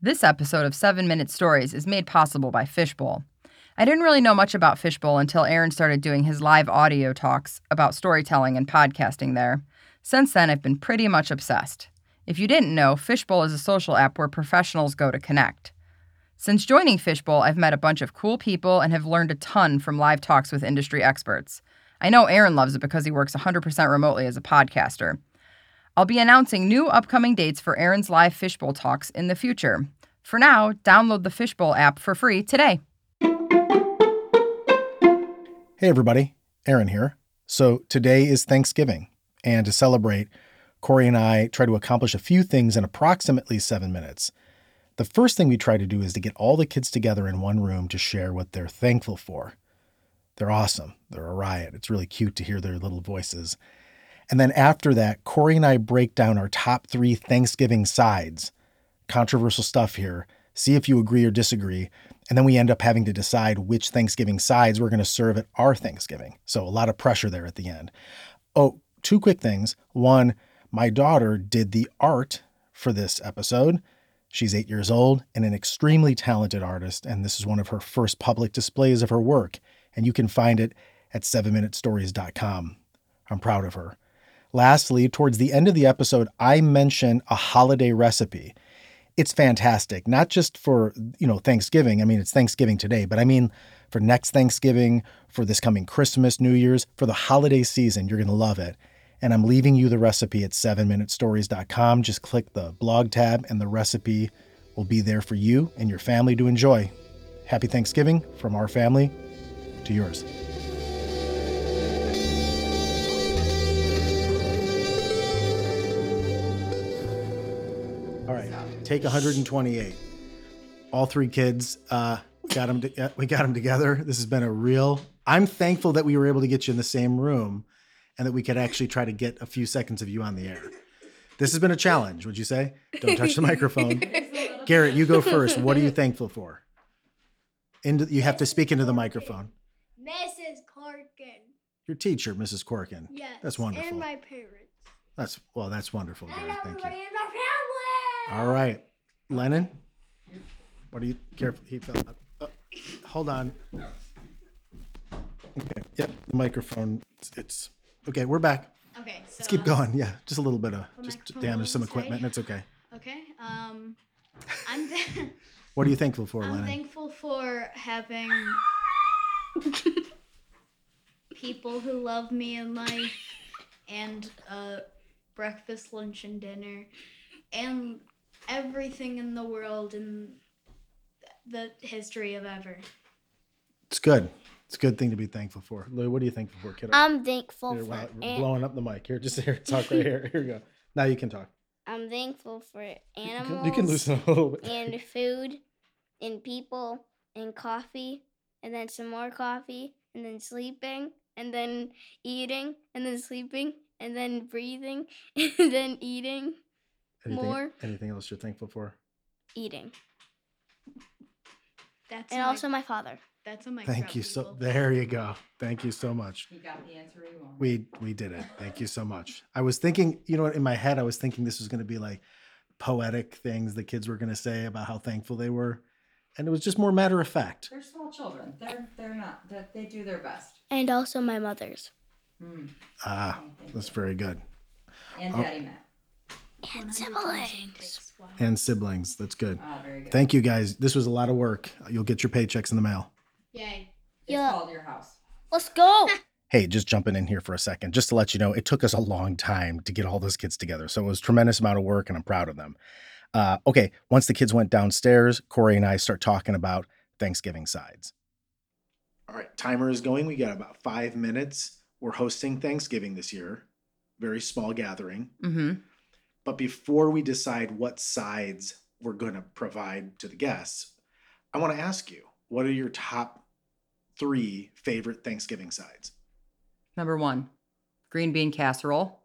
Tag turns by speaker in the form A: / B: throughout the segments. A: This episode of 7 Minute Stories is made possible by Fishbowl. I didn't really know much about Fishbowl until Aaron started doing his live audio talks about storytelling and podcasting there. Since then, I've been pretty much obsessed. If you didn't know, Fishbowl is a social app where professionals go to connect. Since joining Fishbowl, I've met a bunch of cool people and have learned a ton from live talks with industry experts. I know Aaron loves it because he works 100% remotely as a podcaster. I'll be announcing new upcoming dates for Aaron's live Fishbowl talks in the future. For now, download the Fishbowl app for free today.
B: Hey, everybody, Aaron here. So, today is Thanksgiving, and to celebrate, Corey and I try to accomplish a few things in approximately seven minutes. The first thing we try to do is to get all the kids together in one room to share what they're thankful for. They're awesome, they're a riot. It's really cute to hear their little voices. And then after that, Corey and I break down our top three Thanksgiving sides. Controversial stuff here. See if you agree or disagree. And then we end up having to decide which Thanksgiving sides we're going to serve at our Thanksgiving. So a lot of pressure there at the end. Oh, two quick things. One, my daughter did the art for this episode. She's eight years old and an extremely talented artist, and this is one of her first public displays of her work. And you can find it at 7minutestories.com. I'm proud of her. Lastly, towards the end of the episode, I mention a holiday recipe. It's fantastic, not just for, you know, Thanksgiving. I mean, it's Thanksgiving today, but I mean for next Thanksgiving, for this coming Christmas, New Year's, for the holiday season. You're going to love it. And I'm leaving you the recipe at 7minutestories.com. Just click the blog tab and the recipe will be there for you and your family to enjoy. Happy Thanksgiving from our family to yours. All right, take 128. All three kids uh, got them. To, we got them together. This has been a real. I'm thankful that we were able to get you in the same room, and that we could actually try to get a few seconds of you on the air. This has been a challenge. Would you say? Don't touch the microphone. Garrett, you go first. What are you thankful for? Into, you have to speak into the microphone.
C: Mrs. Clarkin.
B: Your teacher, Mrs. Corkin.
C: Yes.
B: That's wonderful.
C: And my parents.
B: That's well. That's wonderful,
C: And
B: Garrett. Thank you.
C: everybody in my family.
B: All right, Lennon. What are you careful? He fell. Out. Oh, hold on. Okay. Yep. The microphone. It's, it's okay. We're back.
D: Okay, so
B: Let's keep going. Yeah, just a little bit of just
D: microphone
B: damage some
D: on, sorry.
B: equipment. and It's okay.
D: okay, um, I'm th-
B: What are you thankful for,
D: I'm
B: Lennon?
D: thankful for having people who love me in life, and uh, breakfast, lunch, and dinner, and everything in the world and the history of ever.
B: it's good. It's a good thing to be thankful for. Lou, what are you thankful for, kiddo?
E: I'm thankful
B: Here,
E: for
B: wow, you're
E: an-
B: blowing up the mic. Here, just here. Talk right here. Here you go. Now you can talk.
E: I'm thankful for
B: You
E: animals
B: can, you can loosen a little bit.
E: and food and people and coffee and then some more coffee and then sleeping and then eating and then sleeping and then breathing and then eating
B: anything,
E: more.
B: Anything else you're thankful for?
E: eating
D: That's
E: and
D: my,
E: also my father.
D: that's a mic.
B: Thank
D: drop,
B: you so.
D: people.
B: There you go. Thank you so much.
A: You got the answer you want.
B: We we did it. Thank you so much. I was thinking, you know what, in my head, I was thinking this was going to be like poetic things the kids were going to say about how thankful they were, and it was just more matter of fact.
A: They're small children. They're they're not. They, they do their best.
E: And also my mother's.
B: Ah, that's very good.
A: And Daddy Matt.
E: And siblings.
B: And siblings, that's good.
A: Ah, very good.
B: Thank you guys. This was a lot of work. You'll get your paychecks in the mail.
D: Yay.
E: Yeah.
A: called your house.
E: Let's go.
B: Hey, just jumping in here for a second, just to let you know, it took us a long time to get all those kids together. So it was a tremendous amount of work, and I'm proud of them. Uh, okay, once the kids went downstairs, Corey and I start talking about Thanksgiving sides. All right, timer is going. We got about five minutes. We're hosting Thanksgiving this year, very small gathering.
A: Mm-hmm.
B: But before we decide what sides we're going to provide to the guests, I want to ask you what are your top three favorite Thanksgiving sides?
A: Number one, green bean casserole.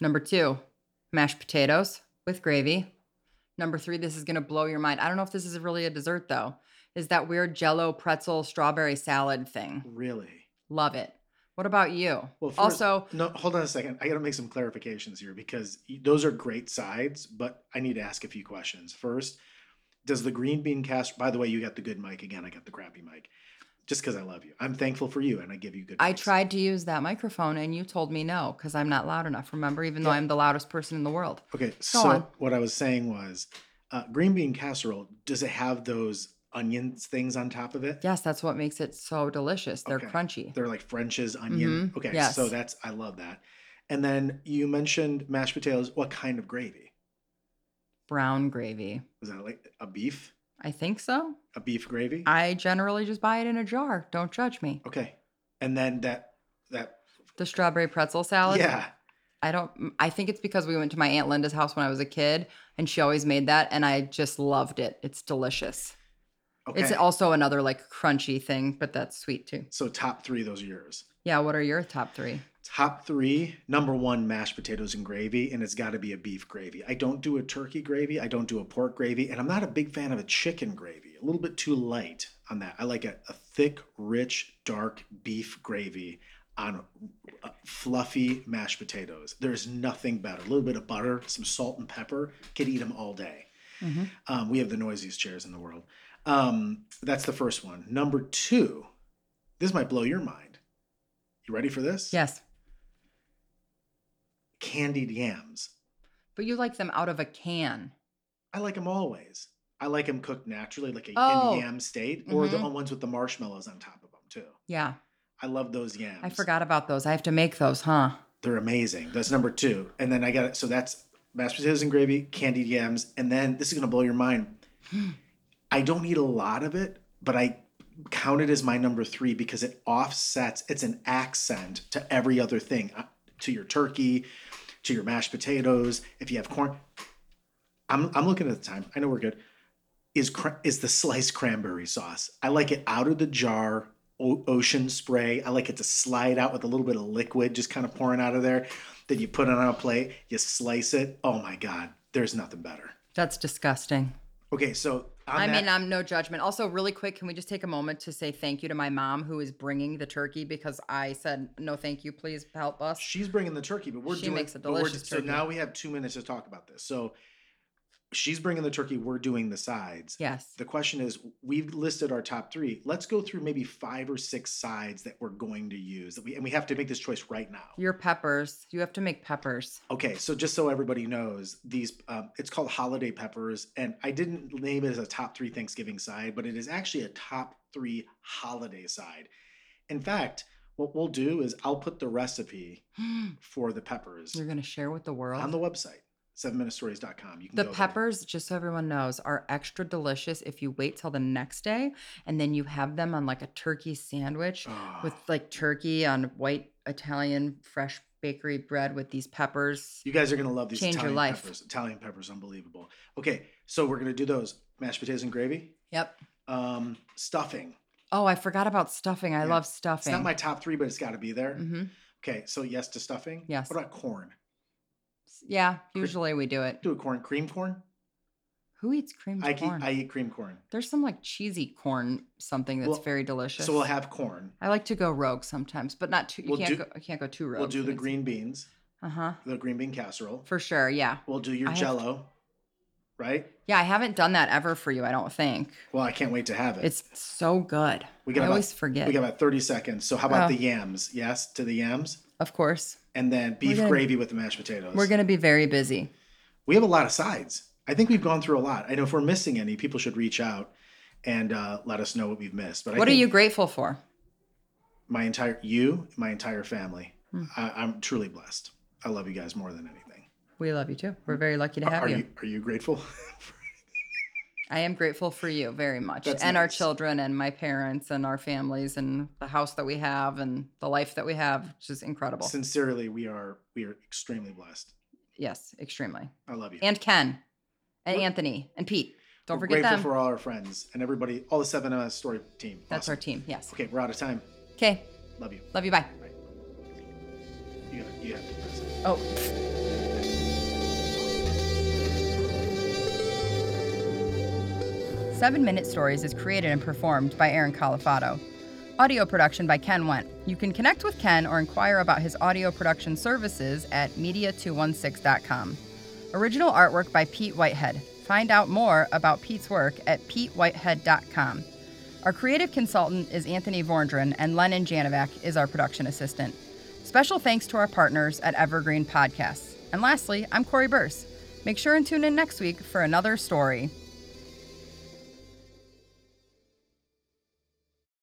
A: Number two, mashed potatoes with gravy. Number three, this is going to blow your mind. I don't know if this is really a dessert though, is that weird jello pretzel strawberry salad thing.
B: Really?
A: Love it. What about you?
B: Well, first-
A: also,
B: No, hold on a second. I got to make some clarifications here because y- those are great sides, but I need to ask a few questions. First, does the green bean cast? By the way, you got the good mic again. I got the crappy mic, just because I love you. I'm thankful for you, and I give you good.
A: I
B: mics.
A: tried to use that microphone and you told me no because I'm not loud enough, remember? Even though
B: Yeah.
A: I'm the loudest person in the world.
B: Okay, so
A: on.
B: what I was saying was, uh, green bean casserole. Does it have those onions things on top of it?
A: Yes, that's what makes it so delicious. They're
B: Okay.
A: crunchy.
B: They're like French's onion.
A: Mhm,
B: Okay, so
A: yes.
B: that's I love that. And then you mentioned mashed potatoes. What kind of gravy?
A: Brown gravy.
B: Is that like a beef?
A: I think so.
B: A beef gravy?
A: I generally just buy it in a jar. Don't judge me.
B: Okay. And then that that
A: The strawberry pretzel salad.
B: yeah.
A: I don't I think it's because we went to my aunt Linda's house when I was a kid and she always made that and I just loved it. It's delicious.
B: Okay.
A: It's also another like crunchy thing, but that's sweet too.
B: so top 3 those are yours.
A: Yeah, what are your top 3?
B: Top 3, number 1 mashed potatoes and gravy and it's got to be a beef gravy. I don't do a turkey gravy, I don't do a pork gravy, and I'm not a big fan of a chicken gravy. A little bit too light on that. I like a, a thick, rich, dark beef gravy on uh, fluffy mashed potatoes. There's nothing better. A little bit of butter, some salt and pepper, could eat them all day.
A: Mhm.
B: Um, we have the noisiest chairs in the world. Um, that's the first one. Number two, this might blow your mind. You ready for this?
A: Yes.
B: Candied yams.
A: But you like them out of a can.
B: I like them always. I like them cooked naturally, like a
A: Oh.
B: in yam state, or the
A: Mhm.
B: ones with the marshmallows on top of them too.
A: Yeah.
B: I love those yams.
A: I forgot about those. I have to make those, huh?
B: They're amazing. That's number two. And then I got it. So that's mashed potatoes and gravy, candied yams, and then this is gonna blow your mind. I don't eat a lot of it, but I count it as my number three because it offsets. It's an accent to every other thing, uh, to your turkey, to your mashed potatoes. If you have corn, I'm I'm looking at the time. I know we're good. Is cra- is the sliced cranberry sauce? I like it out of the jar, o- ocean spray. I like it to slide out with a little bit of liquid, just kind of pouring out of there. Then you put it on a plate, you slice it. Oh my god, there's nothing better.
A: That's disgusting.
B: Okay, so on
A: I
B: that-
A: mean, uh, I'm no judgment. Also, really quick, can we just take a moment to say thank you to my mom who is bringing the turkey because I said no, thank you, please help us.
B: She's bringing the turkey, but we're
A: She
B: doing.
A: makes a
B: but we're-
A: delicious
B: so
A: turkey.
B: now we have two minutes to talk about this. So she's bringing the turkey. We're doing the sides.
A: Yes.
B: The question is, we've listed our top three. Let's go through maybe five or six sides that we're going to use. That we and we have to make this choice right now.
A: Your peppers. You have to make peppers.
B: Okay, so just so everybody knows, these um, it's called holiday peppers, and I didn't name it as a top three Thanksgiving side, but it is actually a top three holiday side. In fact, what we'll do is I'll put the recipe
A: You're
B: for the peppers
A: going to share with the world.
B: on the website, sevenminutestories.com. You can
A: The
B: go there.
A: peppers, just so everyone knows, are extra delicious if you wait till the next day and then you have them on like a turkey sandwich
B: Ah,
A: with like turkey on white Italian fresh bakery bread with these peppers.
B: you guys are gonna love these
A: Change your
B: Italian
A: life.
B: peppers. Italian peppers, unbelievable. Okay, so we're gonna do those mashed potatoes and gravy,
A: Yep.
B: um, stuffing.
A: Oh, I forgot about stuffing. I
B: Yeah.
A: love
B: It's
A: stuffing.
B: not my top three, but it's got to be there.
A: hmm
B: Okay, so yes to stuffing.
A: Yes.
B: What about corn?
A: Yeah, usually we do it.
B: Do a corn cream corn.
A: Who eats creamed
B: I,
A: corn?
B: Eat, I eat cream corn.
A: There's some like cheesy corn something that's
B: Well,
A: very delicious.
B: So we'll have corn.
A: I like to go rogue sometimes, but not too. You
B: We'll
A: can't
B: do-
A: go. You can't go too rogue.
B: We'll do the green beans,
A: Uh huh.
B: the green bean casserole.
A: For sure. Yeah.
B: We'll do your
A: I have-
B: jello, right?
A: Yeah, I haven't done that ever for you. I don't think
B: Well, I can't wait to have it.
A: it's so good.
B: We got
A: I
B: about-
A: always forget.
B: we got about 30 seconds. So how about
A: Oh.
B: the yams? Yes to the yams.
A: of course,
B: And then beef
A: gonna-
B: gravy with the mashed potatoes.
A: we're gonna be very busy.
B: we have a lot of sides. I think we've gone through a lot. I know if we're missing any, people should reach out and uh, let us know what we've missed. But I
A: what are
B: think
A: you grateful for?
B: my entire you, my entire family.
A: Hmm.
B: I, I'm truly blessed. I love you guys more than anything.
A: We love you too. We're very lucky to
B: Are-
A: have
B: are
A: you.
B: you. are you grateful?
A: I am grateful for you very much,
B: That's
A: and our
B: nice.
A: children, and my parents, and our families, and the house that we have, and the life that we have, which is incredible.
B: Sincerely, we are we are extremely blessed.
A: yes, extremely.
B: I love you.
A: And Ken, and
B: We're-
A: Anthony, and Pete. Don't
B: We're
A: forget
B: grateful
A: them.
B: for all our friends and everybody, all the seven of us story team.
A: That's our
B: Awesome.
A: team. Yes.
B: Okay, we're out of time.
A: Okay.
B: Love you.
A: Love you. Bye.
B: You have, you have to press it.
A: Oh. Seven Minute Stories is created and performed by Aaron Califato. Audio production by Ken Went. You can connect with Ken or inquire about his audio production services at media216.com. Original artwork by Pete Whitehead. Find out more about Pete's work at petewhitehead.com. Our creative consultant is Anthony Vordren, and Lennon Janovac is our production assistant. Special thanks to our partners at Evergreen Podcasts. And lastly, I'm Corey Burse. Make sure and tune in next week for another story.